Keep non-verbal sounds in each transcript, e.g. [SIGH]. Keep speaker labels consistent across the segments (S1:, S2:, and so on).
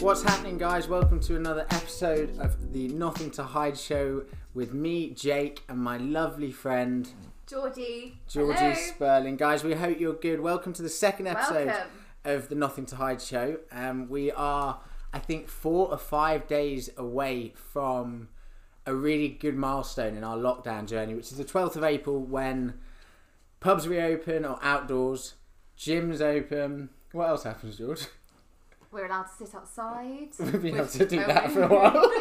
S1: What's happening, guys? Welcome to another episode of the Nothing to Hide show with me, Jake, and my lovely friend,
S2: Georgie.
S1: Georgie
S2: Hello.
S1: Sperling. Guys, we hope you're good. Welcome to the second episode
S2: Welcome.
S1: of the Nothing to Hide show. Um, we are, I think, four or five days away from a really good milestone in our lockdown journey, which is the 12th of April when pubs reopen or outdoors, gyms open. What else happens, George? [LAUGHS]
S2: We're allowed to sit outside.
S1: We've been able
S2: Which-
S1: to do
S2: oh,
S1: that
S2: we-
S1: for a while.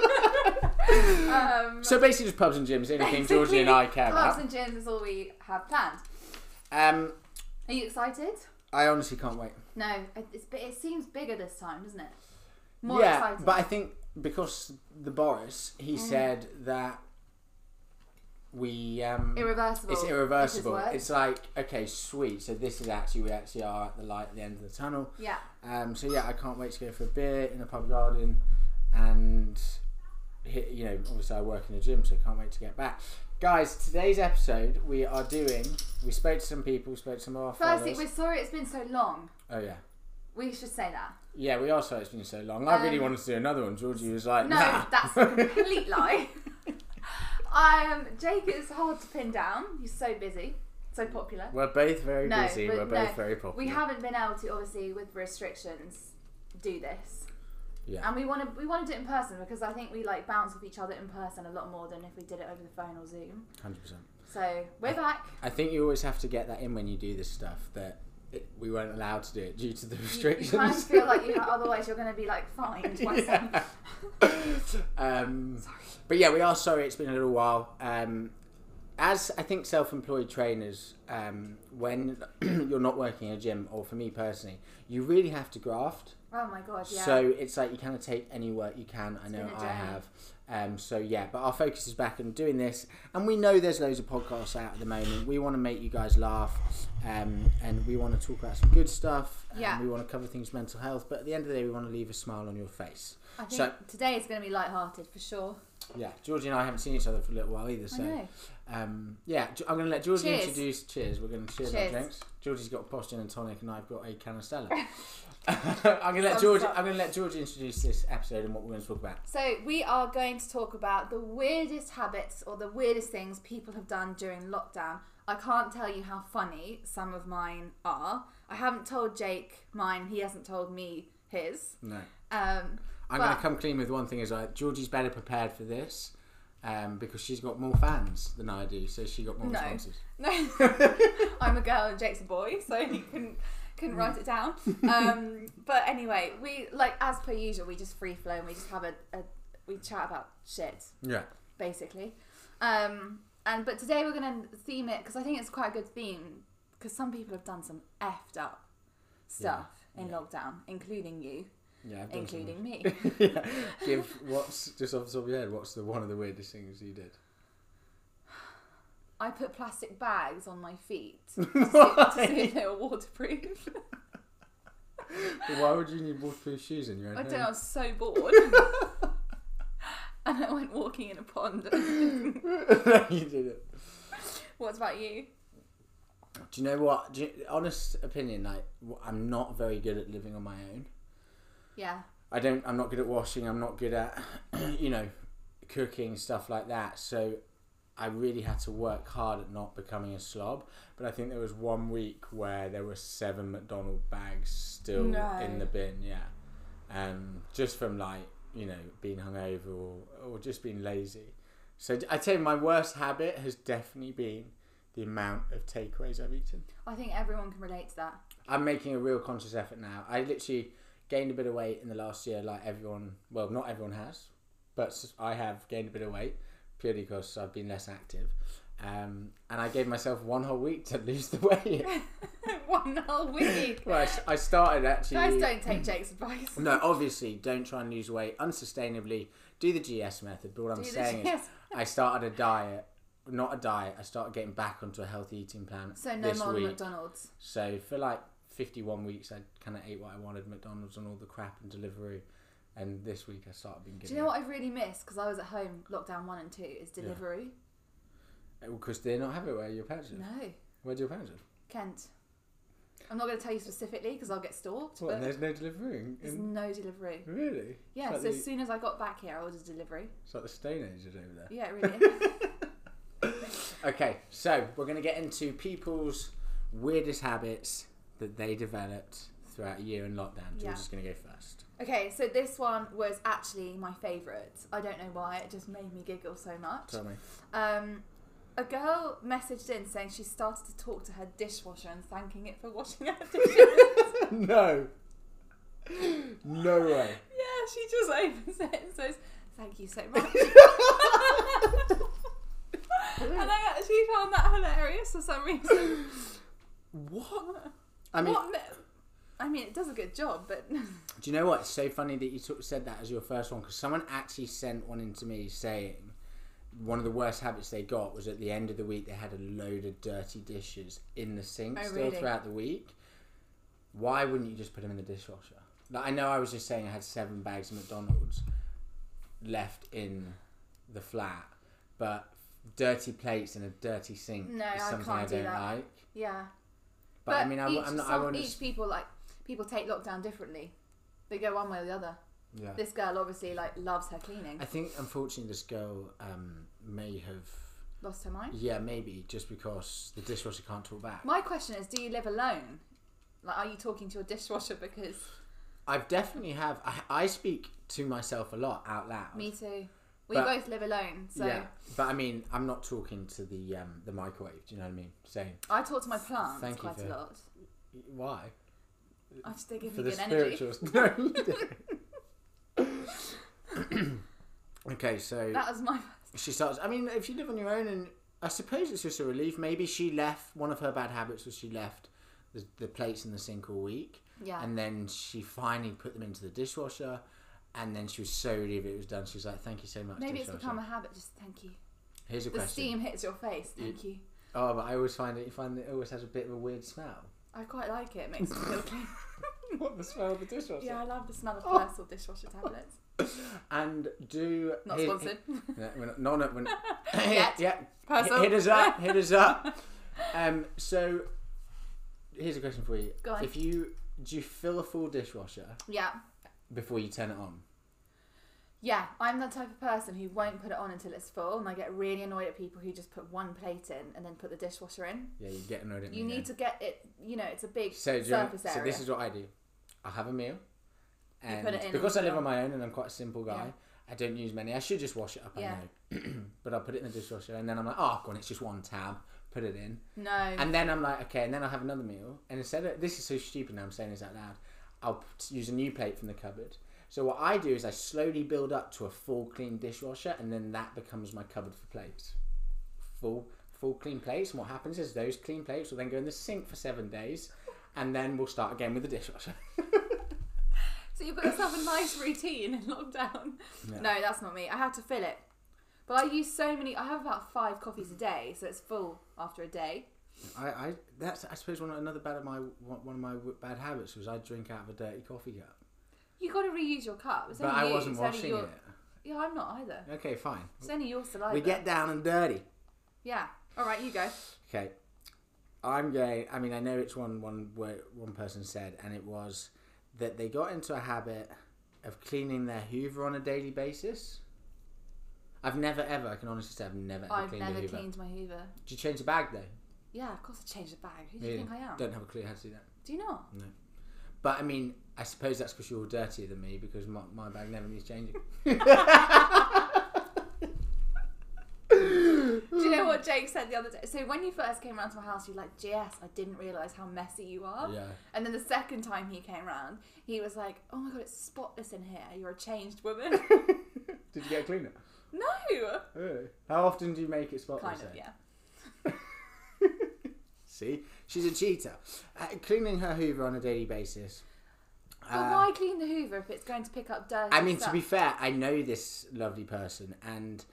S2: [LAUGHS] um,
S1: So basically, just pubs and gyms, anything
S2: basically,
S1: Georgie and I care
S2: Pubs
S1: about.
S2: and gyms is all we have planned.
S1: Um,
S2: Are you excited?
S1: I honestly can't wait.
S2: No, it- it's, bi- it seems bigger this time, doesn't it? More
S1: yeah,
S2: exciting. Mm-hmm.
S1: but I think because the Boris, he said that we um,
S2: irreversible.
S1: it's
S2: which is
S1: irreversible.
S2: worse.
S1: It's like okay, sweet. So this is actually we actually are at the light at the end of the tunnel.
S2: yeah,
S1: Um, so yeah, I can't wait to go for a beer in the pub garden, and hi- you know, obviously I work in a gym, so I can't wait to get back. Guys, today's episode we are doing. We spoke to some people, spoke to some of our
S2: firstly,
S1: followers.
S2: we're sorry it's been so long.
S1: Oh yeah,
S2: We should say that.
S1: yeah. We are sorry it's been so long. I really
S2: Um,
S1: wanted to do another one. Georgie was like,
S2: No,
S1: Uh, nah. [LAUGHS]
S2: that's a complete lie. [LAUGHS] um, Jake is hard to pin down. He's so busy, so popular.
S1: We're both very
S2: No,
S1: busy.
S2: but
S1: We're
S2: no,
S1: both very popular.
S2: We haven't been able to, obviously, with restrictions, do this.
S1: Yeah.
S2: And we want to we want to do it in person because I think we like bounce off each other in person a lot more than if we did it over the phone or Zoom.
S1: Hundred percent.
S2: So we're back.
S1: I think you always have to get that in when you do this stuff that it, we weren't allowed to do it due to the
S2: You, you
S1: restrictions.
S2: kind of feel like you
S1: [LAUGHS]
S2: ha- otherwise you're going to be like fined. by some-
S1: Yeah. um, but yeah, we are sorry it's been a little while. Um, as I think self-employed trainers, um, when [CLEARS THROAT] you're not working in a gym, or for me personally, you really have to graft.
S2: Oh my god, yeah.
S1: So it's like you kind of take any work you can. I know
S2: been a
S1: I
S2: journey.
S1: have. Um, so yeah, but our focus is back on doing this, and we know there's loads of podcasts out at the moment. We want to make you guys laugh, um, and we want to talk about some good stuff. and
S2: Yeah.
S1: we want to cover things mental health, but at the end of the day, we want to leave a smile on your face.
S2: I think
S1: so-
S2: today is going to be lighthearted for sure.
S1: Yeah, Georgie and I haven't seen each other for a little while either.
S2: I
S1: So
S2: know.
S1: um, yeah, Ge- I'm going to let Georgie
S2: Cheers.
S1: introduce. Cheers. We're going to cheers,
S2: Cheers.
S1: our drinks. Georgie's got a Boston and tonic, and I've got a can of Stella.
S2: [LAUGHS]
S1: [LAUGHS] I'm going to let Georgie.
S2: sorry.
S1: I'm going to let Georgie introduce this episode and what we're going to talk about.
S2: So we are going to talk about the weirdest habits or the weirdest things people have done during lockdown. I can't tell you how funny some of mine are. I haven't told Jake mine. He hasn't told me his.
S1: No.
S2: Um,
S1: I'm
S2: But-
S1: going to come clean with one thing is like Georgie's better prepared for this um, because she's got more fans than I do, so she got more
S2: No.
S1: responses.
S2: no, I'm a girl and Jake's a boy, so he couldn't couldn't write it down. Um, but anyway, we like as per usual, we just free flow and we just have a, a we chat about shit.
S1: Yeah,
S2: basically. Um, and but today we're gonna theme it because I think it's quite a good theme because some people have done some effed up stuff in lockdown, including you,
S1: yeah. I've done some-
S2: including me.
S1: [LAUGHS] yeah. Give what's just off the top of your head. What's the one of the weirdest things you did?
S2: I put plastic bags on my feet to see, to see if they were waterproof.
S1: Why would you need waterproof shoes in your own
S2: I
S1: home?
S2: don't know, I was so bored. And I went walking in a pond.
S1: [LAUGHS] you did it.
S2: what about you?
S1: Do you know what? Do you, honest opinion, like w- I'm not very good at living on my own.
S2: Yeah,
S1: I don't. I'm not good at washing. I'm not good at, [CLEARS THROAT] you know, cooking stuff like that. So, I really had to work hard at not becoming a slob. But I think there was one week where there were seven McDonald bags still
S2: No.
S1: in the bin. Yeah, um, just from like you know being hungover or or just being lazy. So d- I tell you, my worst habit has definitely been the amount of takeaways I've eaten.
S2: I think everyone can relate to that. [LAUGHS]
S1: I'm making a real conscious effort now. I literally gained a bit of weight in the last year, like everyone. Well, not everyone has, but s- I have gained a bit of weight purely because I've been less active. Um, and I gave myself one whole week to [LAUGHS] lose the
S2: [LAUGHS]
S1: weight.
S2: One whole week.
S1: [LAUGHS] well, I s- I, started actually.
S2: Guys, don't take Jake's advice.
S1: No, obviously, don't try and lose weight unsustainably. Do the GS method. But what I'm
S2: Do the [LAUGHS]
S1: saying is,
S2: GS.
S1: I started a diet. Not a diet. I started getting back onto a healthy eating plan.
S2: So no
S1: this
S2: more
S1: week.
S2: McDonald's.
S1: So for like 51 weeks, I kind of ate what I wanted, McDonald's and all the crap and delivery. And this week, I started being
S2: Do
S1: given.
S2: you know what I've really missed? Because I was at home, lockdown one and two, is delivery.
S1: Oh, Because they not have it where your parents live.
S2: No,
S1: Where do your parents live?
S2: Kent. I'm not going to tell you specifically because I'll get stalked.
S1: What, and
S2: but
S1: there's no delivering?
S2: there's no delivery.
S1: really?
S2: Yeah,
S1: It's
S2: so
S1: like,
S2: as
S1: the,
S2: soon as I got back here, I ordered delivery.
S1: it's like the Stone Age is over there.
S2: Yeah, it
S1: [LAUGHS]
S2: really. is.
S1: Okay, so we're going to get into people's weirdest habits that they developed throughout a year in lockdown. So
S2: Yeah.
S1: we're just going to go first.
S2: okay, so this one was actually my favourite. I don't know why, it just made me giggle so much. [LAUGHS]
S1: Tell me. [LAUGHS]
S2: Um, a girl messaged in saying she started to talk to her dishwasher and thanking it for washing her dishes.
S1: [LAUGHS] no. No way.
S2: [LAUGHS] yeah, she just opens it and says, "Thank you so much." [LAUGHS] and I actually found that hilarious for some reason.
S1: What? I mean,
S2: What me- I mean, it does a good job, but [LAUGHS]
S1: do you know what? It's so funny that you took said that as your first one because someone actually sent one in to me saying one of the worst habits they got was at the end of the week they had a load of dirty dishes in the sink
S2: Oh,
S1: still
S2: really?
S1: throughout the week. Why wouldn't you just put them in the dishwasher? Like, I know I was just saying I had seven bags of McDonald's left in the flat, but dirty plates in a dirty sink
S2: No,
S1: is
S2: I
S1: something I
S2: can't do
S1: don't
S2: that.
S1: like.
S2: yeah.
S1: But, I mean, I, w-
S2: each,
S1: I'm not. I
S2: some-
S1: want
S2: each
S1: to.
S2: people like people take lockdown differently. They go one way or the other.
S1: Yeah.
S2: This girl obviously like loves her cleaning.
S1: I think unfortunately this girl um, may have
S2: Lost her mind.
S1: yeah maybe just because the dishwasher can't talk back.
S2: My question is, do you live alone? Like, are you talking to your dishwasher?
S1: [LAUGHS]
S2: Because
S1: I've definitely have I, I speak to myself a lot out loud.
S2: me too. We
S1: But-
S2: both live alone, so
S1: Yeah, but I mean I'm not talking to the um, the microwave. Do you know what I mean? Saying
S2: I talk to my plants
S1: Thank you
S2: quite
S1: for-
S2: a lot.
S1: why
S2: I just they give
S1: for the
S2: me good energy.
S1: spirituals. [LAUGHS] No, you don't. [COUGHS] okay, so
S2: [LAUGHS] That was my.
S1: she starts. I mean, if you live on your own, and I suppose it's just a relief. Maybe she left one of her bad habits was she left the, the plates in the sink all week.
S2: Yeah.
S1: And then she finally put them into the dishwasher, and then she was so relieved it was done. She was like, "Thank you so much."
S2: Maybe it's
S1: dishwasher.
S2: become a habit. Just thank you.
S1: Here's a
S2: The
S1: question.
S2: steam hits your face. Thank you.
S1: Oh, but I always find it. You find that it always has a bit of a weird smell. [LAUGHS]
S2: I quite like it. It makes me feel clean.
S1: What the smell of the dishwasher?
S2: yeah, I love the smell of Persil
S1: [LAUGHS]
S2: dishwasher tablets.
S1: And do
S2: Not
S1: here-
S2: sponsored. [LAUGHS]
S1: No, we're not. No, no, we're not. [LAUGHS]
S2: Yet.
S1: yeah,
S2: Persil.
S1: Hit us up. Hit us
S2: [LAUGHS]
S1: up. Um, so, here's a question for you.
S2: Go on.
S1: If you do you fill a full dishwasher
S2: Yeah.
S1: before you turn it on?
S2: Yeah, I'm the type of person who won't put it on until it's full, and I get really annoyed at people who just put one plate in and then put the dishwasher in.
S1: Yeah, you get annoyed at me.
S2: You
S1: then.
S2: need to get it. You know, it's a big
S1: So, do you know-
S2: surface
S1: so
S2: area.
S1: this is what I do. I have a meal, and
S2: put it in
S1: because I
S2: and
S1: live
S2: fill.
S1: on my own and I'm quite a simple guy,
S2: Yeah.
S1: I don't use many. I should just wash it up.
S2: Yeah.
S1: I know, [CLEARS THROAT] but I'll put it in the dishwasher, and then I'm like, oh, go on, it's just one tab. Put it in.
S2: no.
S1: And then I'm like, okay, and then I'll have another meal. And instead of this is so stupid now, I'm saying this out loud. I'll p- use a new plate from the cupboard. So what I do is I slowly build up to a full clean dishwasher, and then that becomes my cupboard for plates. Full, full clean plates. And what happens is those clean plates will then go in the sink for seven days, and then we'll start again with the dishwasher. [LAUGHS]
S2: So you put yourself a nice routine in [LAUGHS] lockdown.
S1: Yeah.
S2: No, that's not me. I have to fill it. But I use so many. I have about five coffees a day, so it's full after a day.
S1: I, I that's I suppose one another bad of my one of my bad habits was I drink out of a dirty coffee cup,
S2: You got to reuse your cup. It's
S1: but
S2: only
S1: I
S2: you.
S1: wasn't
S2: it's only
S1: washing
S2: your...
S1: it.
S2: Yeah, I'm not either.
S1: Okay, fine.
S2: It's only your saliva.
S1: We get down and dirty.
S2: Yeah. All right, you go.
S1: Okay. I'm going. I mean, I know it's one one wo- one person said, and it was that they got into a habit of cleaning their Hoover on a daily basis. I've never ever. I can honestly say I've never ever
S2: I've
S1: cleaned a
S2: never
S1: Hoover.
S2: cleaned my Hoover.
S1: Did you change the bag though?
S2: Yeah, of course I changed the bag. Who do
S1: Really?
S2: you think I am?
S1: Don't have a clue how to do that.
S2: Do you not?
S1: But I mean, I suppose that's because you're all dirtier than me because my, my bag never needs
S2: [LAUGHS]
S1: changing. [LAUGHS]
S2: Do you know what Jake said the other day? So when you first came round to my house, you were like, "GS, I didn't realise how messy you are."
S1: yeah. [LAUGHS]
S2: And then the second time he came round, he was like, "Oh my god, it's spotless in here. You're a changed woman." [LAUGHS]
S1: Did you get a cleaner?
S2: no.
S1: Really? How often do you make it spotless?
S2: Kind
S1: then?
S2: of, yeah.
S1: See, she's a cheater. Uh, cleaning her Hoover on a daily basis.
S2: But
S1: Uh,
S2: why clean the Hoover if it's going to pick up dirt?
S1: I mean, to be fair, I know this lovely person, and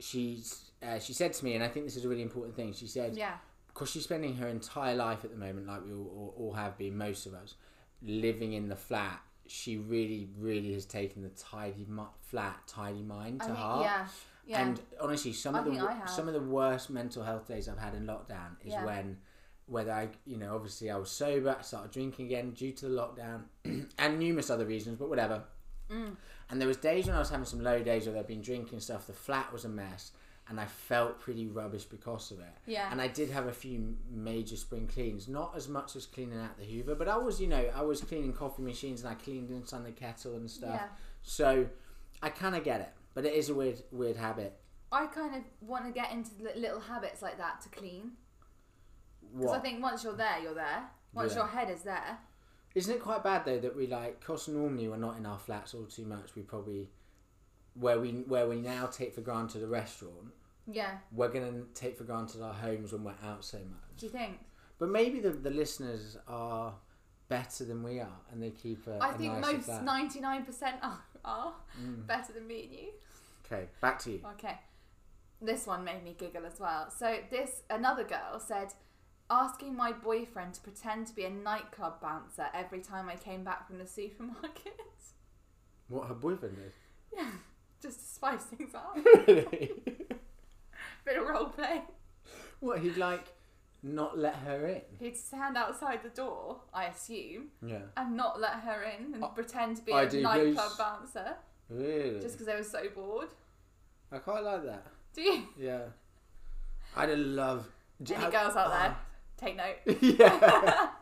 S1: she's uh, she said to me, and I think this is a really important thing. She said,
S2: yeah,
S1: because she's spending her entire life at the moment, like we all, all, all have been, most of us, living in the flat. She really, really has taken the tidy mi- flat, tidy mind to
S2: I mean,
S1: heart.
S2: yeah, yeah.
S1: And honestly, some
S2: I
S1: of the
S2: think I
S1: wo-
S2: have.
S1: some of the worst mental health days I've had in lockdown is
S2: Yeah.
S1: when whether I, you know, obviously I was sober, I started drinking again due to the lockdown [CLEARS THROAT] and numerous other reasons, but whatever.
S2: Mm.
S1: And there was days when I was having some low days where I'd been drinking stuff. The flat was a mess, and I felt pretty rubbish because of it.
S2: Yeah.
S1: And I did have a few major spring cleans, not as much as cleaning out the Hoover, but I was, you know, I was cleaning coffee machines and I cleaned inside the kettle and stuff.
S2: Yeah.
S1: So I kind of get it, but it is a weird, weird habit.
S2: I kind of want to get into li- little habits like that to clean. Because
S1: What?
S2: I think once you're there, you're there. Once
S1: Yeah.
S2: your head is there.
S1: Isn't it quite bad though that we like, cause normally we're not in our flats all too much. We probably where we where we now take for granted a restaurant,
S2: Yeah.
S1: we're gonna take for granted our homes when we're out so much.
S2: Do you think?
S1: But maybe the, the listeners are better than we are, and they keep a,
S2: I
S1: a
S2: think
S1: nice
S2: most
S1: of that. Mm.
S2: 99% are, are better than me and you.
S1: Okay, back to you.
S2: Okay. This one made me giggle as well. So this another girl said asking my boyfriend to pretend to be a nightclub bouncer every time I came back from the supermarket. [LAUGHS]
S1: What her boyfriend did.
S2: yeah. Just to spice things up. [LAUGHS]
S1: Really?
S2: Bit of role play.
S1: what he'd like not let her in.
S2: He'd stand outside the door, I assume,
S1: Yeah.
S2: and not let her in and pretend to be
S1: I
S2: a
S1: do
S2: nightclub
S1: those-
S2: bouncer
S1: Really.
S2: just because they were so bored.
S1: I quite like that.
S2: Do you?
S1: Yeah. I'd love.
S2: Any girls out there,
S1: Ah.
S2: take
S1: [LAUGHS]
S2: note.
S1: yeah.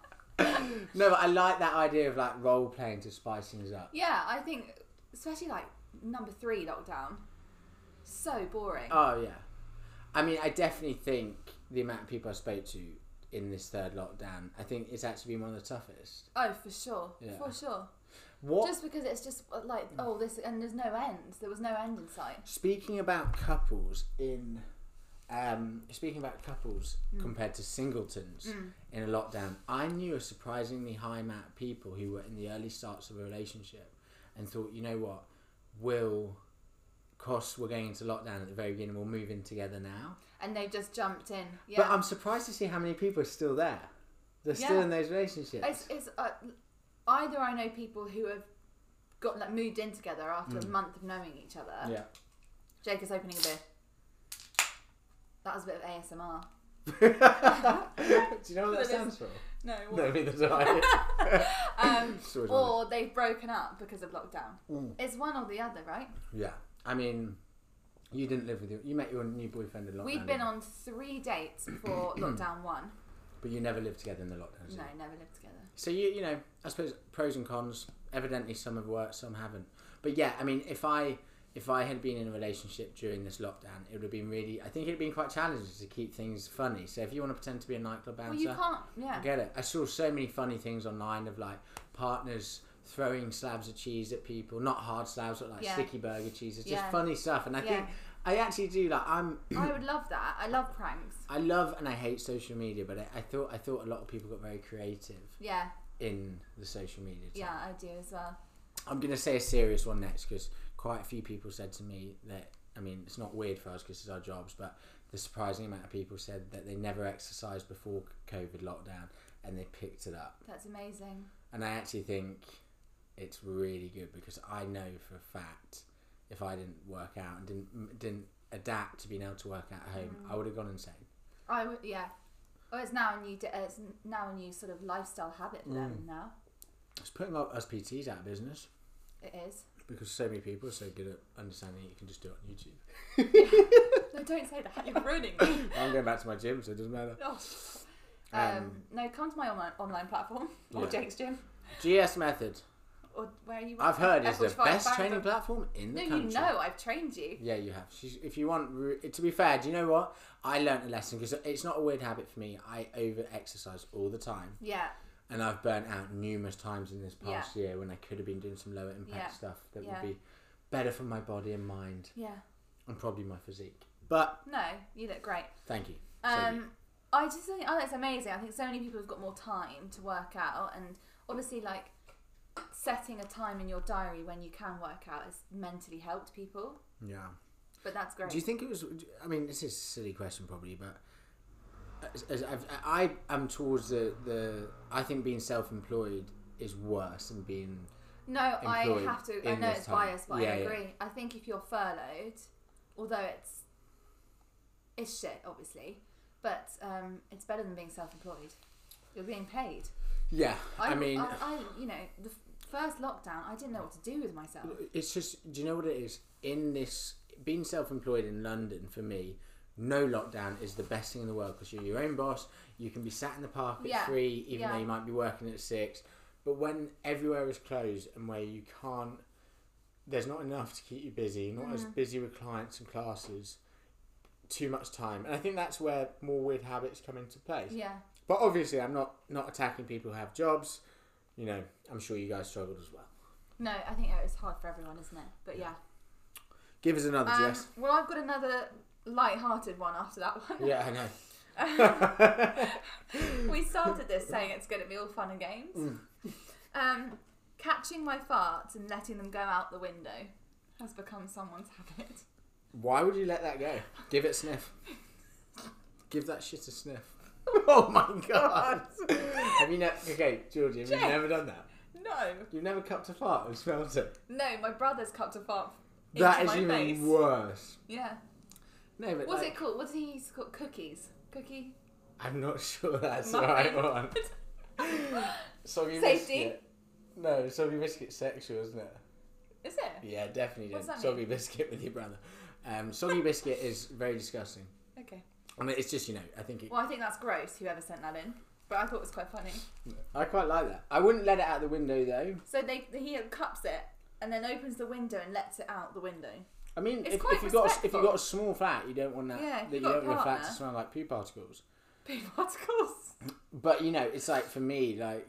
S1: no, but I like that idea of like role playing to spice things up.
S2: Yeah, I think, especially like number three lockdown, so boring.
S1: Oh yeah, I mean, I definitely think the amount of people I spoke to in this third lockdown, I think it's actually been one of the toughest.
S2: Oh, for sure,
S1: Yeah.
S2: for sure.
S1: What? Mm.
S2: Just because it's just uh, like oh this and there's no end. There was no end in sight.
S1: Speaking about couples in, um, speaking about couples
S2: Mm.
S1: compared to singletons in a lockdown, I knew a surprisingly high amount of people who were in the early starts of a relationship and thought, you know what, we'll, because we're going into lockdown at the very beginning, we'll move in together now.
S2: And they just jumped in. Yeah,
S1: But um, I'm surprised to see how many people are still there. They're still
S2: Yeah.
S1: in those relationships.
S2: it's, it's uh, either I know people who have got like moved in together after
S1: Mm.
S2: a month of knowing each other. [LAUGHS]
S1: yeah. [LAUGHS]
S2: Jake is opening a beer. That was a bit of ASMR.
S1: Do you know what that
S2: That is-
S1: stands for?
S2: No.
S1: No, neither do I. [LAUGHS]
S2: Um,
S1: It's
S2: [LAUGHS]
S1: always one of
S2: or they've broken up because of lockdown. It's one or the other, right?
S1: Yeah, I mean, you didn't live with your, you met your new boyfriend in lockdown.
S2: We've been
S1: didn't
S2: on three dates before
S1: [CLEARS THROAT]
S2: lockdown one.
S1: you? but you never lived together in the lockdown. did
S2: No,
S1: you?
S2: never lived together.
S1: So you, you know, I suppose pros and cons. Evidently, some have worked, some haven't. But yeah, I mean, if I if I had been in a relationship during this lockdown, it would have been really. I think it'd been quite challenging to keep things funny. So if you want to pretend to be a nightclub bouncer,
S2: Well, you can't.
S1: I
S2: Yeah.
S1: get it. I saw so many funny things online of like partners throwing slabs of cheese at people, not hard slabs, but like
S2: Yeah.
S1: sticky burger cheeses, just
S2: Yeah.
S1: funny stuff. And I
S2: Yeah.
S1: think I actually do like I'm.
S2: I would love that. I love pranks.
S1: I love and I hate social media, but I, I thought I thought a lot of people got very creative
S2: Yeah,
S1: in the social media.
S2: yeah, I do as well.
S1: I'm gonna say a serious one next because quite a few people said to me that I mean it's not weird for us because it's our jobs, but the surprising amount of people said that they never exercised before COVID lockdown and they picked it up.
S2: That's amazing.
S1: And I actually think it's really good because I know for a fact if I didn't work out and didn't m- didn't adapt to being able to work out at home, I would have gone insane.
S2: I w- yeah. Oh, it's now a new. Di- uh, it's n- now a new sort of lifestyle habit for
S1: Mm.
S2: them. Now
S1: It's putting a lot of us PTs out of business
S2: it is. [LAUGHS]
S1: because so many people are so good at understanding that you can just do it on
S2: [LAUGHS]
S1: YouTube.
S2: No, don't say that. You're ruining me.
S1: I'm going back to my gym, so it doesn't matter.
S2: Oh. Um,
S1: Um,
S2: no, come to my online online platform or
S1: Yeah.
S2: Jake's gym
S1: GS Method,
S2: or where you.
S1: I've heard, is the
S2: F45
S1: best
S2: Barrington.
S1: training platform in the
S2: No,
S1: country.
S2: you know I've trained you.
S1: Yeah, you have. She's, if you want, re- to be fair, do you know what? I learnt a lesson because it's not a weird habit for me. I over exercise all the time.
S2: Yeah,
S1: and I've burnt out numerous times in this
S2: Yeah.
S1: past year when I could have been doing some lower impact
S2: Yeah.
S1: stuff that
S2: Yeah.
S1: would be better for my body and mind
S2: yeah.
S1: and probably my physique. But
S2: No, you look great.
S1: thank you. So you-
S2: Um, I just think oh, that's amazing. I think so many people have got more time to work out, and obviously, like setting a time in your diary when you can work out has mentally helped people.
S1: yeah.
S2: But that's great.
S1: Do you think it was? I mean, this is a silly question probably, but as, as I've, I am towards the the I think being self employed is worse than being
S2: no, I
S1: employed
S2: have to. I
S1: in
S2: know
S1: this
S2: it's
S1: time?
S2: biased, but
S1: Yeah,
S2: I
S1: yeah.
S2: agree. I think if you're furloughed, although it's it's shit, obviously, But um, it's better than being self-employed. You're being paid.
S1: Yeah, I, mean,
S2: I, I- you know, the f- first lockdown, I didn't know what to do with myself.
S1: it's just do you know what it is? In this being self-employed in London for me, no lockdown is the best thing in the world because you're your own boss. You can be sat in the park at
S2: Yeah,
S1: three, even
S2: yeah.
S1: though you might be working at six. But when everywhere is closed and where you can't, there's not enough to keep you busy. You're not as
S2: Mm-hmm.
S1: busy with clients and classes. Too much time, and I think that's where more weird habits come into play.
S2: Yeah,
S1: But obviously, I'm not not attacking people who have jobs. You know, I'm sure you guys struggled as well.
S2: no, I think it's hard for everyone, isn't it? But yeah.
S1: Give us another,
S2: Um,
S1: Jess.
S2: well, I've got another light-hearted one after that [LAUGHS] one.
S1: Yeah, I know.
S2: we started this saying it's going to be all fun and
S1: Mm.
S2: games. Um, catching my farts and letting them go out the window has become someone's habit.
S1: Why would you let that go? Give it a sniff. Give that shit a sniff. [LAUGHS] oh my
S2: [LAUGHS]
S1: god! have you never? Okay, Georgie, have you
S2: Jess.
S1: never done that?
S2: No,
S1: You've never cupped a fart and smelled it.
S2: no, my brother's cupped a fart into
S1: That is
S2: my
S1: even
S2: face.
S1: worse.
S2: yeah.
S1: No, but
S2: What's
S1: like,
S2: it called? What did he used to call cookies? Cookie.
S1: I'm not [LAUGHS] sure that's the
S2: Muffin.
S1: right one. Soggy
S2: Safety?
S1: biscuit. No, soggy biscuit sexual, isn't it?
S2: Is it?
S1: Yeah, definitely
S2: What's
S1: don't.
S2: that
S1: Soggy biscuit with your brother. Um, soggy biscuit is very disgusting.
S2: Okay.
S1: I mean, it's just you know. I think it,
S2: Well, I think that's gross. Whoever sent that in, but I thought it was quite funny.
S1: I quite like that. I wouldn't let it out the window though.
S2: So they he cups it and then opens the window and lets it out the window. [LAUGHS]
S1: I mean,
S2: It's
S1: if,
S2: quite
S1: if you got a, if you
S2: respectful.
S1: got a small flat, you don't want that.
S2: Yeah, if
S1: that you
S2: you've got a
S1: don't want your flat to
S2: partner.
S1: smell like poo particles.
S2: Big particles.
S1: But you know, it's like for me, like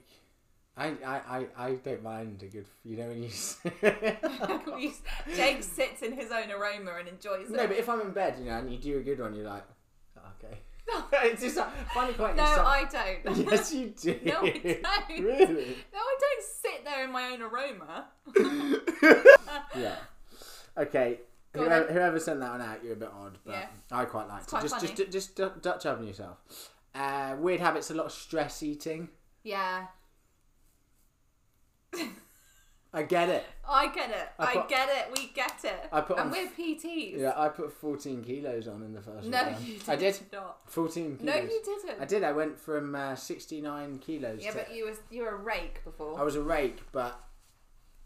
S1: I I, I, I don't mind a good. You know when you. s- [LAUGHS]
S2: Jake sits in his own aroma and enjoys
S1: no,
S2: it.
S1: but if I'm in bed, you know, and you do a good one, you're like, "Oh, okay. [LAUGHS] it's just like, I find it quite.
S2: no,
S1: insulting.
S2: I don't.
S1: [LAUGHS] Yes, you do.
S2: [LAUGHS] No, I
S1: [LAUGHS]
S2: don't.
S1: Really?
S2: [LAUGHS] No, I don't sit there in my own aroma.
S1: [LAUGHS] Yeah. Okay.
S2: Go on
S1: Whoever,
S2: then.
S1: whoever sent that one out, you're a bit odd, but
S2: Yeah.
S1: I quite liked
S2: quite
S1: it. Just,
S2: funny.
S1: just, just, du- Dutch oven yourself. Uh, weird habits, a lot of stress eating.
S2: Yeah,
S1: I get it.
S2: I get it.
S1: I
S2: I,
S1: put-
S2: get it. We get it.
S1: I put
S2: and
S1: on-
S2: we're PTs.
S1: Yeah, I put 14 kilos on in the first
S2: No,
S1: lockdown.
S2: you did
S1: I did.
S2: not.
S1: 14 kilos.
S2: No, you didn't.
S1: I did. I went from uh, 69 kilos.
S2: Yeah,
S1: to,
S2: but you was you were a rake before.
S1: I was a rake, but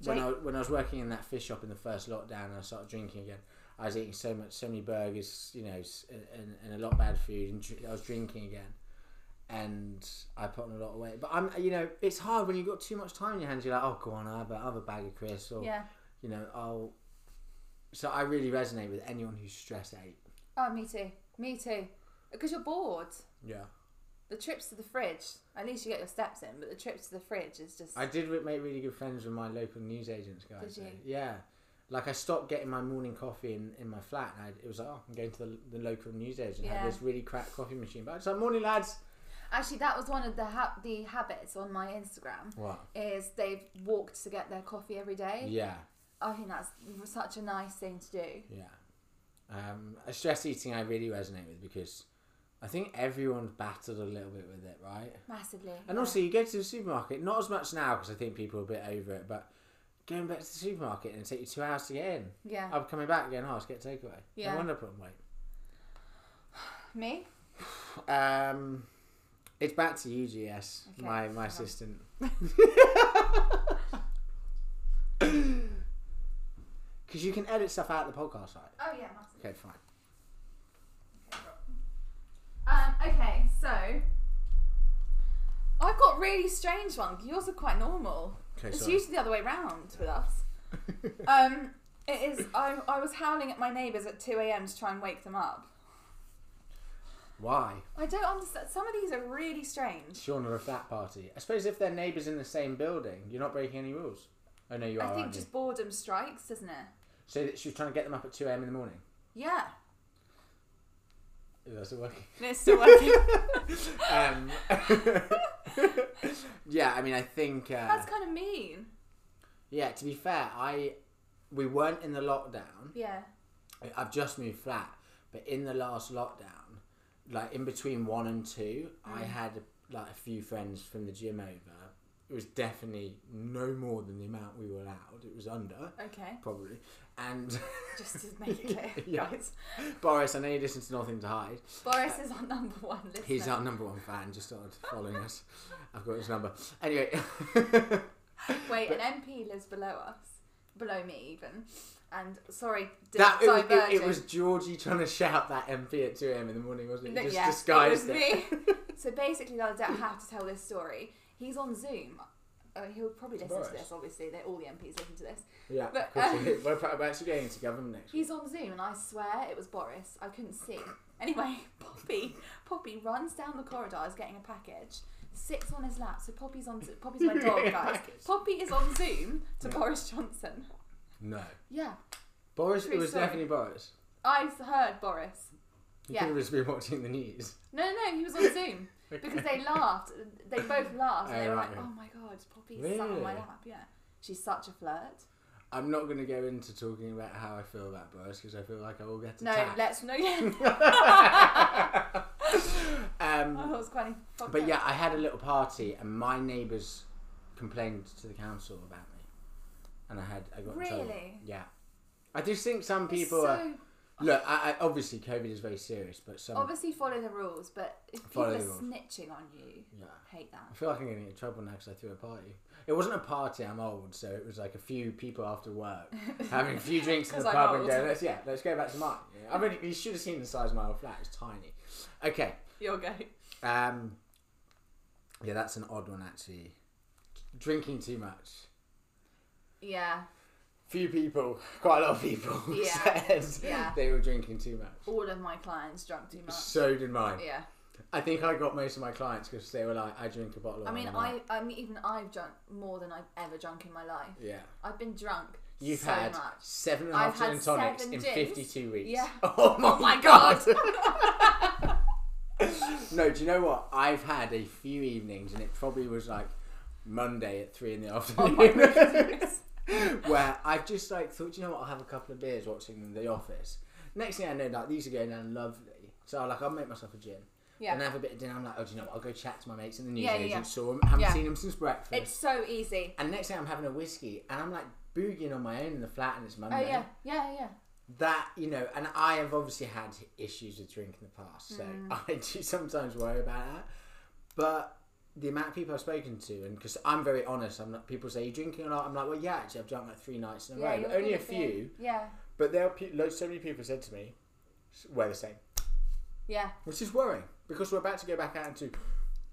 S1: when
S2: Jake-
S1: I, when I was working in that fish shop in the first lockdown and I started drinking again, I was eating so much, so many burgers, you know, s- and, and a lot of bad food, and dr- I was drinking again. And I put on a lot of weight, but I'm, you know, it's hard when you've got too much time in your hands. You're like, oh, go on, I have a, I have a bag of crisps, or
S2: yeah.
S1: you know, I'll. So I really resonate with anyone who's stress ate.
S2: Oh, me too. Me too. Because you're bored.
S1: Yeah,
S2: The trips to the fridge. At least you get your steps in, but the trips to the fridge is just.
S1: I did re- make really good friends with my local newsagents guys.
S2: Did
S1: though.
S2: you?
S1: Yeah. Like I stopped getting my morning coffee in, in my flat, and I, it was like, oh, I'm going to the, the local newsagent. Yeah.
S2: Yeah.
S1: Had this really crap coffee machine, but it's like, morning lads.
S2: Actually, that was one of the ha- the habits on my Instagram.
S1: What?
S2: Is they've walked to get their coffee every day.
S1: Yeah,
S2: I think that's such a nice thing to do.
S1: yeah. Um, uh, stress eating, I really resonate with because I think everyone's battled a little bit with it, right?
S2: Massively.
S1: And also, you go to the supermarket, not as much now because I think people are a bit over it, but going back to the supermarket and it takes you two hours to get in.
S2: Yeah.
S1: I'm coming back again, oh, let's get takeaway.
S2: Yeah.
S1: No wonder I put on weight.
S2: Me?
S1: Um, it's back to you, GS,
S2: Okay,
S1: my
S2: hang
S1: my
S2: on.
S1: assistant. [LAUGHS] Because you can edit stuff out of the podcast, right?
S2: Oh yeah, massively.
S1: Okay, fine.
S2: Um, okay, so I've got really strange ones. Yours are quite normal.
S1: Okay,
S2: It's
S1: sorry.
S2: usually the other way round with us. um, it is. I, I was howling at my neighbours at two a.m. to try and wake them up.
S1: [LAUGHS] Why?
S2: I don't understand. Some of these are really strange.
S1: Sean at a flat party. I suppose if they're neighbours in the same building, you're not breaking any rules. Oh no, you are.
S2: I think
S1: aren't you?
S2: just boredom strikes, doesn't it?
S1: So that she was trying to get them up at two a.m. in the morning.
S2: Yeah,
S1: Is that still
S2: [LAUGHS]
S1: working?
S2: And it's still working.
S1: [LAUGHS] Um, [LAUGHS] yeah, I mean, I think. Uh,
S2: That's kind of mean.
S1: yeah, to be fair, I we weren't in the lockdown.
S2: Yeah.
S1: I- I've just moved flat, but in the last lockdown,
S2: Mm.
S1: like in between one and two, I had like a few friends from the gym over It was definitely no more than the amount we were allowed. It was under,
S2: Okay.
S1: probably. And [LAUGHS]
S2: Just to make it clear,
S1: Yeah.
S2: guys.
S1: Boris, I know you listen to Nothing to Hide.
S2: Boris is our [LAUGHS] number one listener.
S1: He's our number one fan, just started following us. I've got his number. Anyway, [LAUGHS]
S2: Wait, an MP lives below us, below me even. And sorry, di-
S1: that it, was- it-
S2: divergent.
S1: it was Georgie trying to shout that MP at 2am in the morning, wasn't it?
S2: No,
S1: He just
S2: yeah,
S1: disguised
S2: it.
S1: it. [LAUGHS]
S2: Was me. [LAUGHS] so basically, the other day, I have to tell this story. He's on Zoom. Uh, he'll probably listen to
S1: Boris.
S2: this. Obviously, They're, all the MPs listen to this.
S1: Yeah,
S2: But,
S1: of course
S2: um,
S1: it is. we're, pro- we're actually getting into government next week.
S2: He's on Zoom, and I swear it was Boris. I couldn't see. Anyway, [LAUGHS] Poppy, Poppy runs down the corridor, is getting a package, sits on his lap. So Poppy's on. Poppy's my dog,
S1: Getting [LAUGHS] a
S2: guys.
S1: package.
S2: Poppy is on Zoom to
S1: Yeah.
S2: Boris Johnson.
S1: No.
S2: Yeah,
S1: Boris,
S2: True
S1: it was
S2: story.
S1: definitely Boris.
S2: I heard Boris.
S1: He
S2: Yeah.
S1: could have just been watching the news.
S2: No, no, no, he was on Zoom because they laughed. They both laughed. And they
S1: Oh,
S2: were
S1: right,
S2: like,
S1: yeah.
S2: "Oh my god, Poppy's sat on my
S1: Really?
S2: lap." Yeah, she's such a flirt.
S1: I'm not going to go into talking about how I feel about Boris because I feel like I will get
S2: No,
S1: attacked.
S2: let's no. Yeah, [LAUGHS]
S1: [LAUGHS]
S2: I
S1: um,
S2: thought it was quite. fucked
S1: but
S2: up.
S1: yeah, I had a little party and my neighbours complained to the council about me, and I had I got in trouble.
S2: Really?
S1: Yeah, I just think some
S2: It's
S1: people are um,
S2: so-
S1: look. I, I, obviously, COVID is very serious, but some
S2: obviously follow the rules, but if people
S1: Follow
S2: are
S1: the rules.
S2: snitching on you,
S1: yeah.
S2: hate that.
S1: I feel like I'm gonna get in trouble now because I threw a party. It wasn't a party. I'm old, so it was like a few people after
S2: [LAUGHS]
S1: work having a few drinks in the
S2: 'Cause I'm
S1: pub and
S2: old.
S1: going, let's yeah, let's go back to mine. I mean, you should have seen the size of my old flat. It's tiny. Okay.
S2: You'll go.
S1: Um, yeah, that's an odd one actually. Drinking too much.
S2: Yeah,
S1: Few people, [LAUGHS] quite a lot of people [LAUGHS]
S2: Yeah.
S1: said
S2: Yeah.
S1: they were drinking too much.
S2: all of my clients drunk too much.
S1: So did mine.
S2: Yeah,
S1: I think I got most of my clients because they were like, "I drink a bottle." of
S2: I mean,
S1: wine a night."
S2: I, I mean, even I've drunk more than I've ever drunk in my life.
S1: yeah.
S2: I've been drunk
S1: You've
S2: so
S1: had [LAUGHS]
S2: much.
S1: seven and a half
S2: I've had
S1: gin and tonics
S2: seven
S1: in
S2: gins.
S1: fifty-two weeks.
S2: Yeah.
S1: [LAUGHS] Oh my,
S2: Oh my
S1: god. [LAUGHS] no, do you know what? I've had a few evenings, and it probably was like Monday at three in the
S2: Oh
S1: afternoon.
S2: my
S1: [LAUGHS]
S2: goodness.
S1: where I've just like thought, you know what, I'll have a couple of beers watching The Office. Next thing I know, like these are going down lovely. So I like I'll make myself a gin.
S2: Yeah.
S1: And have a bit of dinner. I'm like, oh, do you know what? I'll go chat to my mates in the
S2: Yeah, yeah,
S1: newsagents.
S2: yeah.
S1: Saw them, haven't
S2: Yeah.
S1: seen them since breakfast.
S2: It's so easy.
S1: And next thing I'm having a whiskey, and I'm like boogieing on my own in the flat, and it's Monday.
S2: Oh yeah, yeah, yeah.
S1: That you know, and I have obviously had issues with drink in the past, so
S2: Mm.
S1: [LAUGHS] I do sometimes worry about that. But the amount of people I've spoken to, and because I'm very honest, I'm not. People say you drinking a lot. I'm like, well, yeah, actually, I've drunk like three nights in a
S2: yeah
S1: row, but
S2: you're
S1: only a
S2: good,
S1: few.
S2: Yeah,
S1: But there are pe- like, so many people said to me, s- we're the same,
S2: yeah.
S1: which is worrying because we're about to go back out into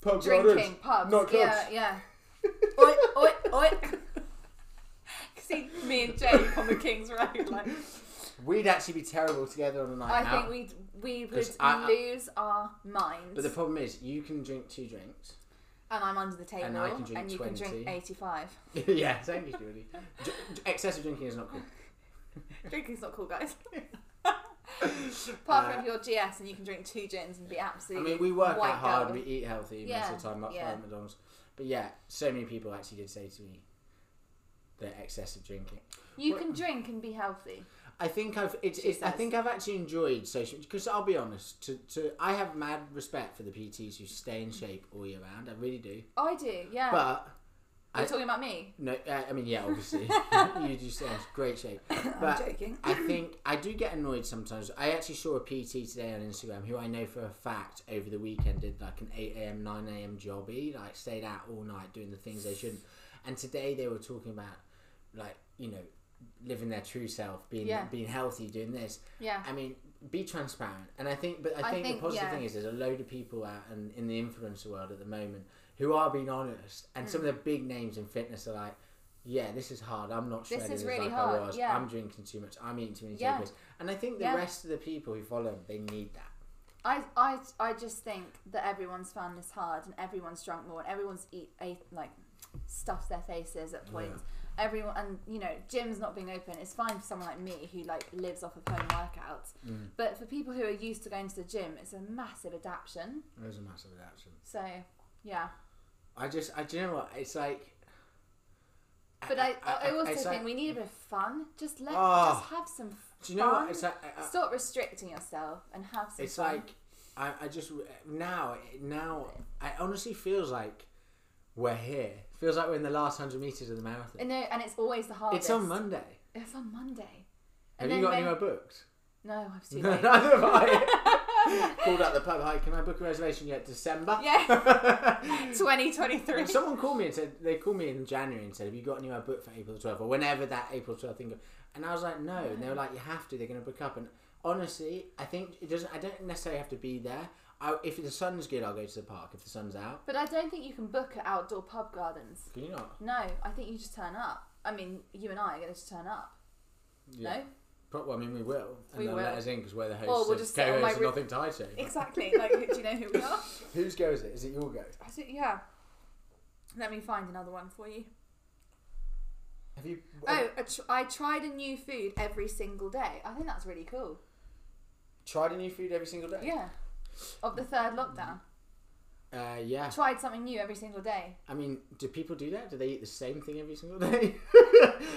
S1: pubs, and
S2: Drinking,
S1: others,
S2: pubs.
S1: Oh, not clubs.
S2: yeah,
S1: [LAUGHS]
S2: yeah. oi, oi, oi. [LAUGHS] See, me and Jake on the King's Road,
S1: [LAUGHS]
S2: like.
S1: We'd actually be terrible together on a night
S2: I
S1: out.
S2: think we'd, we would
S1: 'Cause I- I-
S2: lose our minds.
S1: But the problem is, you can drink two drinks.
S2: and I'm under the table,
S1: And
S2: and,
S1: I can drink
S2: you can
S1: 20.
S2: drink 85.
S1: [LAUGHS] yeah, thank you, Judy. J- j- excessive drinking is not good.
S2: Drinking's not
S1: [LAUGHS]
S2: cool, guys. [LAUGHS] Apart
S1: Uh,
S2: from if you're GS and you can drink two gins and be
S1: I
S2: absolutely.
S1: mean, we work
S2: white
S1: out hard,
S2: girl.
S1: we eat healthy most
S2: Yeah,
S1: of the time, not
S2: yeah.
S1: at McDonald's. But yeah, so many people actually did say to me that excessive drinking.
S2: you can drink and be healthy.
S1: I think I've it's,
S2: She
S1: it's I
S2: says.
S1: think I've actually enjoyed social because I'll be honest to, to I have mad respect for the PTs who stay in shape all year round. I really do.
S2: I do, yeah.
S1: But
S2: You're
S1: I-
S2: talking about me?
S1: no, uh, I mean yeah, obviously
S2: [LAUGHS]
S1: [LAUGHS] you do stay in great shape. But
S2: joking.
S1: I think I do get annoyed sometimes. I actually saw a PT today on Instagram who I know for a fact over the weekend did like an 8 a.m., 9 a.m. jobby, like stayed out all night doing the things they shouldn't. And today they were talking about like, you know, living their true self, being
S2: Yeah.
S1: being healthy, doing this.
S2: Yeah.
S1: I mean, be transparent. And I think, but I
S2: I
S1: think,
S2: think,
S1: the positive
S2: yeah.
S1: thing is there's a load of people out and in the influencer world at the moment who are being honest. And some of
S2: Mm.
S1: the big names in fitness are like, yeah, this is hard. I'm not
S2: This
S1: shredded
S2: is
S1: as
S2: really
S1: like
S2: hard,
S1: I was.
S2: yeah.
S1: I'm drinking too much. I'm eating too many
S2: Yeah.
S1: takeaways. And I think the
S2: Yeah.
S1: rest of the people who follow him, they need that.
S2: I, I, I just think that everyone's found this hard and everyone's drunk more and everyone's eat, ate, like stuffed their faces at points. Everyone and you know gyms not being open is fine for someone like me who like lives off of home workouts,
S1: Mm.
S2: but for people who are used to going to the gym, it's a massive adaptation.
S1: There's a massive adaptation.
S2: So yeah,
S1: I just, I do you know what? It's like.
S2: but I, I, also
S1: it's
S2: think
S1: like-
S2: we need a bit of fun. Just let
S1: Oh.
S2: just have some. Fun.
S1: Do you know what? It's like. I- I-
S2: Stop restricting yourself and have some.
S1: Uh, it's
S2: fun.
S1: like I, I just now now it honestly feels like we're here. Feels like we're in the last hundred meters of the marathon.
S2: And no, and it's always the hardest.
S1: It's on Monday.
S2: It's on Monday.
S1: Have
S2: And
S1: you
S2: then
S1: got
S2: when-
S1: anywhere booked?
S2: No, I've seen
S1: Neither [LAUGHS]
S2: it.
S1: have I.
S2: [LAUGHS]
S1: Called up the pub. Hi, can I book a reservation yet? December.
S2: Yeah,
S1: [LAUGHS] Yeah.
S2: 2023.
S1: Someone called me and said they called me in January and said, "Have you got anywhere booked for April 12th or whenever that April 12th thing?" go-" And I was like, "No." And they were like, "You have to. They're going to book up." And honestly, I think it doesn't. I don't necessarily have to be there. I, if the sun's good, I'll go to the park. If the sun's out,
S2: But I don't think you can book at outdoor pub gardens.
S1: can you not?
S2: No, I think you just turn up. I mean, you and I are going to turn up. No?
S1: Pro- well, I mean, we will, and
S2: We
S1: they'll
S2: will.
S1: let us in because we're the hosts.
S2: Or
S1: so
S2: we'll just sit on
S1: co-hosts
S2: my
S1: and
S2: roo-
S1: nothing to hide to.
S2: Exactly. Like, do you know who
S1: [LAUGHS]
S2: we are?
S1: Whose go is it? Is it your go?
S2: I said, yeah. Let me find another one for you.
S1: Have you?
S2: Oh, I, tr- I tried a new food every single day. I think that's really cool.
S1: tried a new food every single day.
S2: Yeah. Of the third lockdown.
S1: Uh, yeah.
S2: I tried something new every single day.
S1: I mean, do people do that? Do they eat the same thing every single day? [LAUGHS]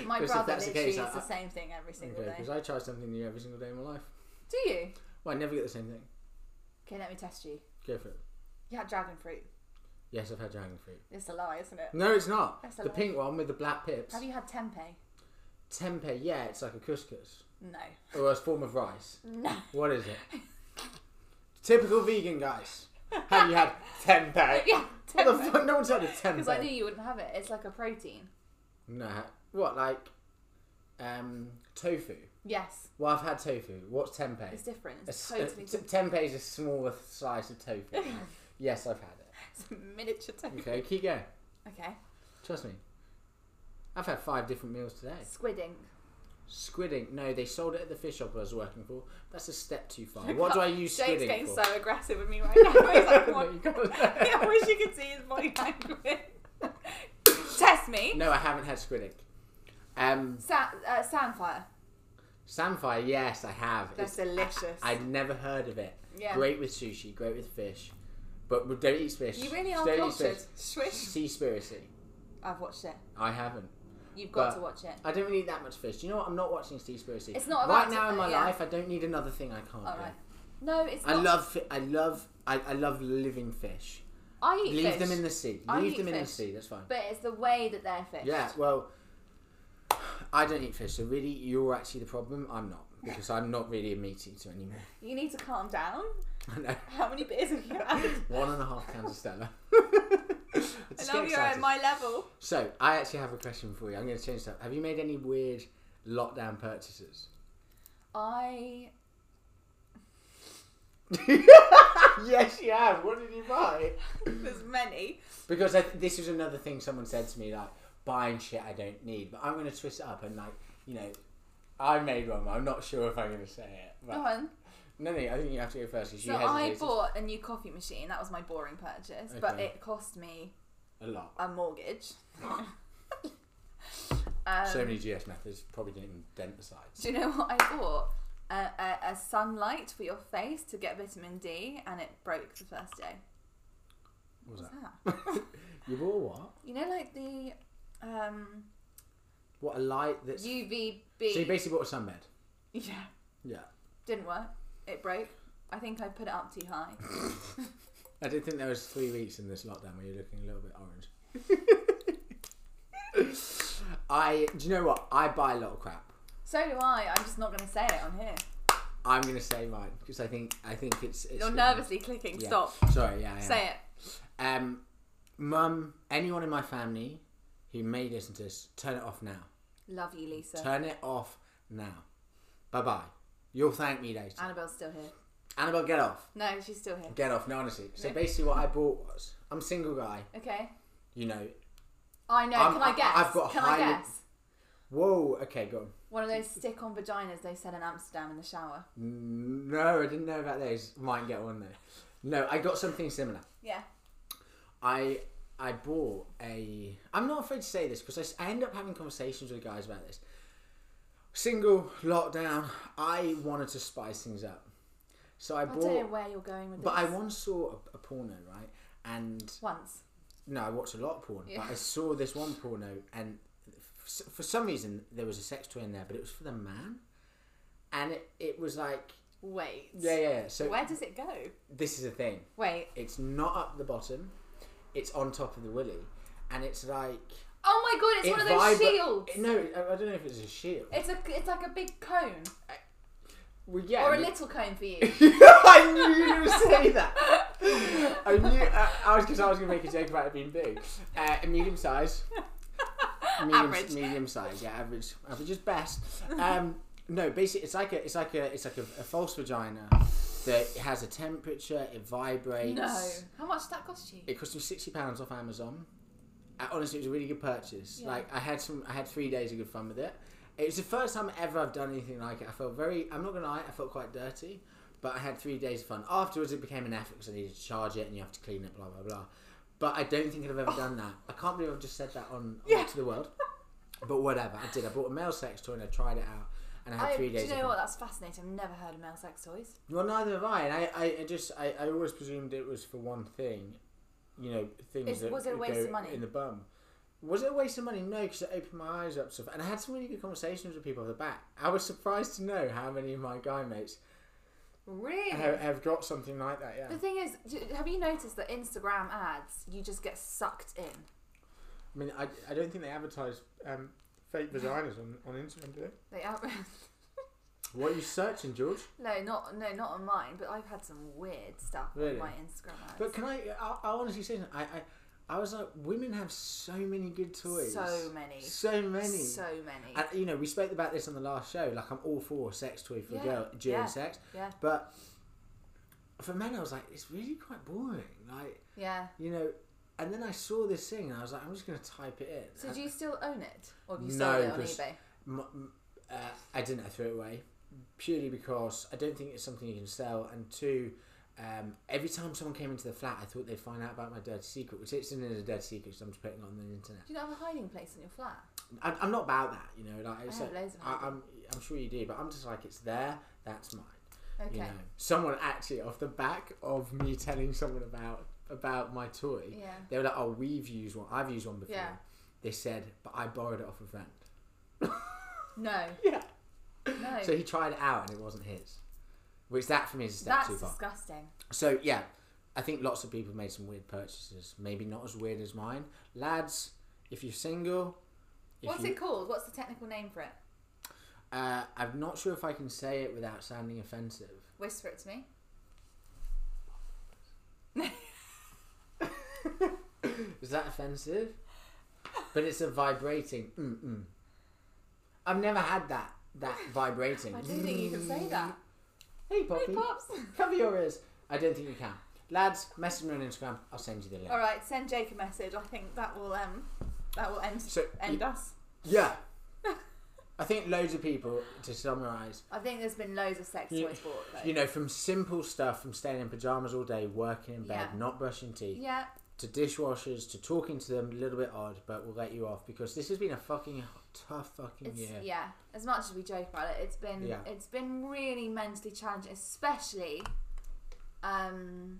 S2: My
S1: 'Cause if
S2: brother
S1: that's the
S2: literally
S1: case,
S2: eats
S1: I-
S2: the same thing every single
S1: Because
S2: day.
S1: I try something new every single day in my life.
S2: Do you?
S1: Well, I never get the same thing.
S2: Okay, let me test you.
S1: Go for it.
S2: You had dragon fruit.
S1: Yes, I've had dragon fruit.
S2: It's a lie, isn't it?
S1: No, it's not.
S2: That's a
S1: the
S2: lie.
S1: pink one with the black pips.
S2: Have you had tempeh?
S1: Tempeh, yeah, it's like a couscous.
S2: No.
S1: Or a form of rice.
S2: No.
S1: What is it? Typical vegan guys. Have you
S2: [LAUGHS]
S1: had tempeh?
S2: [LAUGHS] yeah,
S1: What the
S2: tempeh.
S1: fuck? No one's had a tempeh.
S2: Because I knew you wouldn't have it. It's like a protein.
S1: Nah. What, like um, tofu?
S2: Yes,
S1: Well, I've had tofu. What's tempeh?
S2: it's different.
S1: A
S2: It's
S1: s-
S2: totally
S1: a
S2: different. [LAUGHS]
S1: t- tempeh is a smaller slice of tofu. yes, I've had it.
S2: It's a miniature tempeh. Okay.
S1: Okay, keep going. Trust me. I've had five different meals today.
S2: Squid ink.
S1: Squid ink. No, they sold it at the fish shop I was working for. That's a step too far. What do I use squid
S2: Jake's
S1: ink
S2: getting
S1: for?
S2: so aggressive with me right now. He's like,
S1: No, [LAUGHS]
S2: what? [LAUGHS]
S1: you can't-
S2: I wish you could see his body language. [LAUGHS] Test me.
S1: no, I haven't had squid ink. Um,
S2: Sa- uh, sandfire.
S1: samphire. Yes, I have.
S2: That's
S1: It's-
S2: delicious.
S1: I'd never heard of it.
S2: yeah.
S1: Great with sushi. Great with fish. But we don't eat fish.
S2: You really
S1: Just
S2: are
S1: don't eat
S2: cultured.
S1: fish.
S2: Swish.
S1: Seaspiracy.
S2: I've watched it.
S1: I haven't.
S2: You've got
S1: But-
S2: to watch it.
S1: I don't really eat that much fish. Do you know what? I'm not watching Seaspiracy.
S2: It's not
S1: right
S2: about-
S1: now in my
S2: yeah.
S1: life. I don't need another thing I can't.
S2: All
S1: do.
S2: right. No, it's
S1: I
S2: not.
S1: love. Fi- I love. I, I love living fish.
S2: I eat
S1: Leave
S2: fish,
S1: them in the sea.
S2: I
S1: Leave
S2: eat
S1: them in the
S2: fish.
S1: sea. That's fine.
S2: but it's the way that they're fished.
S1: Yeah. Well, [SIGHS] I don't eat fish, so really, you're actually the problem. I'm not because I'm not really a meat eater anymore. [LAUGHS]
S2: You need to calm down.
S1: I know.
S2: How many beers have you
S1: [LAUGHS]
S2: had?
S1: One and a half cans of Stella. [LAUGHS] It's
S2: I love you're at
S1: exciting.
S2: uh, my level.
S1: so I actually have a question for you. I'm going to change that. Have you made any weird lockdown purchases?
S2: I
S1: yes, you have. What did you buy?
S2: there's many.
S1: Because I, this is another thing someone said to me, like buying shit I don't need. But I'm going to twist it up and like, you know, I made one. but I'm not sure if I'm going to say it. But
S2: Go on.
S1: no, no, I think you have to go first because
S2: So
S1: you
S2: I
S1: hesitated
S2: bought a new coffee machine. That was my boring purchase, but
S1: Okay.
S2: it cost me
S1: a lot. [LAUGHS]
S2: a mortgage. [LAUGHS] um,
S1: so many GS methods probably didn't even dent the sides.
S2: do you know what I bought? A, a, a sunlight for your face to get vitamin D, and it broke the first day.
S1: What was
S2: What's
S1: that?
S2: that?
S1: [LAUGHS] You bought a what?
S2: You know, like the um,
S1: What a light that's.
S2: UVB.
S1: So you basically bought a sunbed.
S2: [LAUGHS] yeah,
S1: Yeah.
S2: didn't work. It broke. I think I put it up too high.
S1: I did think there was three weeks in this lockdown where you're looking a little bit orange.
S2: [LAUGHS]
S1: I do you know what? I buy a lot of crap.
S2: So do I. I'm just not going to say it on here.
S1: I'm gonna say mine because I think I think it's. it's
S2: You're
S1: good.
S2: nervously clicking.
S1: Yeah.
S2: Stop.
S1: Sorry, yeah, I am.
S2: Say it.
S1: Um, mum, anyone in my family who may listen to this, turn it off now.
S2: Love you, Lisa.
S1: Turn it off now. Bye bye. You'll thank me later.
S2: Annabelle's still here.
S1: Annabelle, get off.
S2: No, she's still here.
S1: Get off. No, honestly. So
S2: No.
S1: basically, what I bought was I'm a single guy.
S2: Okay.
S1: You know.
S2: I know.
S1: I'm-
S2: Can I
S1: I-
S2: guess?
S1: I've got
S2: Can
S1: high-
S2: I guess?
S1: Whoa. Okay, go on.
S2: One of those stick-on vaginas they sell in Amsterdam in the shower.
S1: No, I didn't know about those. Might get one though. No, I got something similar.
S2: Yeah.
S1: I I bought a. I'm not afraid to say this because I s- I, end up having conversations with guys about this. Single lockdown, I wanted to spice things up, so I
S2: I don't know
S1: bought.
S2: where you're going with
S1: but
S2: this.
S1: I once saw a, a porno, right? And
S2: Once.
S1: no, I watch a lot of porn,
S2: Yeah.
S1: but I saw this one porno, and f- for some reason there was a sex toy in there, but it was for the man, and it, it was like
S2: Wait.
S1: yeah, yeah. yeah. So
S2: Where does it go?
S1: this is the thing.
S2: Wait.
S1: It's not up the bottom. It's on top of the willy. and it's like
S2: Oh my god, it's
S1: it
S2: one of those
S1: vibra-
S2: shields.
S1: No, I I don't know if it's a shield.
S2: It's a it's like a big cone
S1: Well, yeah,
S2: or a
S1: and it-
S2: little cone for you.
S1: [LAUGHS] I knew you were going to say
S2: [LAUGHS]
S1: that. I knew. Uh, I was because I was going to make a joke about it being big, uh, medium
S2: [LAUGHS]
S1: size, medium,
S2: Average.
S1: medium size. Yeah, average. Average is best. Um, no, basically, it's like a, it's like a, it's like a, a false vagina that has a temperature. It vibrates.
S2: No, how much does that cost you?
S1: It cost me sixty pounds off Amazon. Uh, honestly, it was a really good purchase.
S2: Yeah.
S1: Like I had some, I had three days of good fun with it. It was the first time ever I've done anything like it. I felt very, I'm not gonna lie, I felt quite dirty, but I had three days of fun. Afterwards, it became an effort because I needed to charge it and you have to clean it, blah blah blah. But I don't think I've ever done that. I can't believe I've just said that on, on
S2: Yeah.
S1: to the world. But whatever, I did. I bought a male sex toy and I tried it out, and I had
S2: I, do
S1: three days.
S2: you
S1: of
S2: know
S1: fun.
S2: what? That's fascinating. I've never heard of male sex toys.
S1: Well, neither have I. And I, I, I just, I, I always presumed it was for one thing. You know, things
S2: Is-
S1: that
S2: was it a
S1: would
S2: waste
S1: go
S2: of money?
S1: in the bum. Was it a waste of money? No, because it opened my eyes up to stuff, and I had some really good conversations with people at the back. I was surprised to know how many of my guy mates
S2: Really?
S1: have, have got something like that. Yeah,
S2: The thing is, d- have you noticed that Instagram ads, you just get sucked in?
S1: I mean, I, I don't think they advertise um,
S2: [LAUGHS]
S1: fake vaginas on, on Instagram, do they?
S2: They out-
S1: What are you searching, George?
S2: [LAUGHS] no, not no, not on mine. But I've had some weird stuff
S1: Really?
S2: on my Instagram ads.
S1: But can I? I, I honestly say, something. I, I, I was like, women have so many good toys,
S2: So many.
S1: so many,
S2: So many.
S1: And you know, we spoke about this on the last show. Like, I'm all for a sex toy for a
S2: Yeah,
S1: girl during
S2: yeah.
S1: sex,
S2: yeah,
S1: but for men, I was like, it's really quite boring. Like,
S2: yeah.
S1: you know. And then I saw this thing, and I was like, I'm just going to type it in.
S2: So
S1: And
S2: do you still own it, or have you
S1: No,
S2: sold it on
S1: because-
S2: eBay?
S1: m- m- uh, I didn't. I threw it away purely because I don't think it's something you can sell. And two, um, every time someone came into the flat, I thought they'd find out about my dirty secret, which isn't a dirty secret. So I'm just putting it on the internet.
S2: Do you not have a hiding place in your flat?
S1: I'm, I'm not about that, you know. Like, I
S2: have loads of
S1: I, I'm, I'm sure you do, but I'm just like, it's there. That's mine.
S2: Okay.
S1: you know someone actually off the back of me telling someone about about my toy
S2: Yeah.
S1: they were like oh we've used one i've used one before
S2: Yeah.
S1: they said but i borrowed it off a friend
S2: No,
S1: yeah
S2: no.
S1: so he tried it out and it wasn't his which that for me is a step
S2: That's
S1: too far
S2: disgusting.
S1: so yeah i think lots of people made some weird purchases maybe not as weird as mine lads if you're single if
S2: What's
S1: you,
S2: it called? What's the technical name for it?
S1: uh, i'm not sure if i can say it without sounding offensive
S2: Whisper it to me.
S1: Is that offensive? But it's a vibrating. Mm-mm. I've never had that. That vibrating.
S2: I didn't think you could say that.
S1: Hey, Poppy.
S2: Hey, pops.
S1: Cover your ears. I don't think you can. Lads, message me on Instagram. I'll send you the link.
S2: All right, send Jake a message. I think that will um that will end
S1: So,
S2: end
S1: you-
S2: us. [LAUGHS]
S1: Yeah. I think loads of people, to summarise,
S2: I think there's been loads of sex
S1: You-
S2: toys bought. Though.
S1: you know, from simple stuff, from staying in pyjamas all day, working in bed,
S2: Yeah.
S1: not brushing teeth,
S2: yeah,
S1: to dishwashers, to talking to them, a little bit odd, but we'll let you off because this has been a fucking tough fucking
S2: it's yeah.
S1: year.
S2: As much as we joke about it, it's been
S1: Yeah.
S2: it's been really mentally challenging, especially um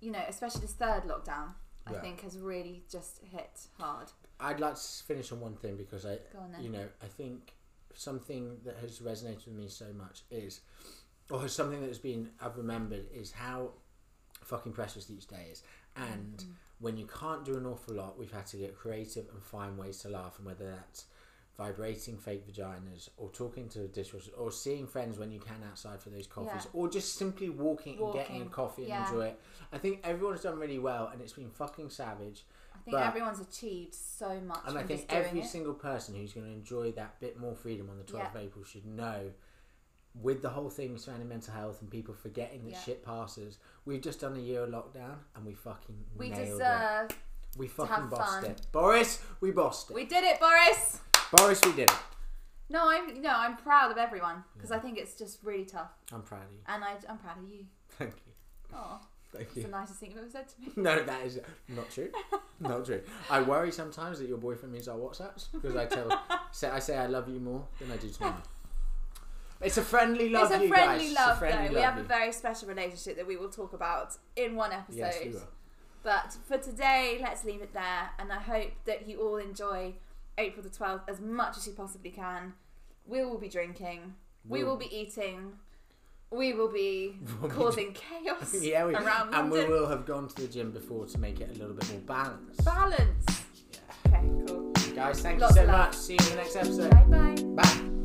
S2: you know, especially this third lockdown. I
S1: Yeah.
S2: think has really just hit hard.
S1: I'd like to s- finish on one thing because I,
S2: Go on then.
S1: you know, I think something that has resonated with me so much is, or something that has been I've remembered is how fucking precious each day is, and
S2: Mm-hmm.
S1: when you can't do an awful lot, we've had to get creative and find ways to laugh, and whether that's vibrating fake vaginas or talking to dishwashers or seeing friends when you can outside for those coffees
S2: Yeah.
S1: or just simply walking, and getting a
S2: Walking,
S1: coffee and
S2: yeah.
S1: enjoy it i think everyone's done really well and it's been fucking savage
S2: I think
S1: But-
S2: everyone's achieved so much.
S1: and I
S2: from
S1: think
S2: just doing
S1: every
S2: it.
S1: single person who's going to enjoy that bit more freedom on the 12th of April should know, with the whole thing surrounding mental health and people forgetting that
S2: Yeah.
S1: shit passes, we've just done a year of lockdown and we fucking
S2: we
S1: nailed it.
S2: deserve.
S1: We fucking
S2: have
S1: bossed
S2: fun.
S1: it. Boris, we bossed it.
S2: We did it, Boris.
S1: Boris, we did it.
S2: No, I'm no, I'm proud of everyone because I think it's just really tough,
S1: I'm proud of you. [LAUGHS]
S2: and I, I'm proud of you.
S1: Thank you.
S2: Oh,
S1: Thank
S2: it's
S1: you.
S2: the nicest thing you've ever said to me.
S1: [LAUGHS] No, that is not true. Not true. I worry sometimes that your boyfriend reads our WhatsApps because I
S2: [LAUGHS]
S1: tell, say, I say I love you more than I do to him. It's a friendly love,
S2: it's a
S1: you
S2: friendly
S1: guys.
S2: love,
S1: it's a friendly
S2: though.
S1: love.
S2: we have
S1: you.
S2: a very special relationship that we will talk about in one episode.
S1: Yes, we will.
S2: But for today, let's leave it there, and I hope that you all enjoy April the twelfth as much as you possibly can. We will be drinking. We
S1: We'll-
S2: will be eating. we will be
S1: [LAUGHS] We'll be
S2: causing chaos
S1: [LAUGHS] [LAUGHS] yeah, we,
S2: around
S1: and we
S2: London.
S1: will have gone to the gym before to make it a little bit more balanced.
S2: Balance. Okay, cool.
S1: Guys, thank
S2: Lots
S1: you so
S2: of love.
S1: much. See you in the next episode.
S2: Bye bye.
S1: Bye.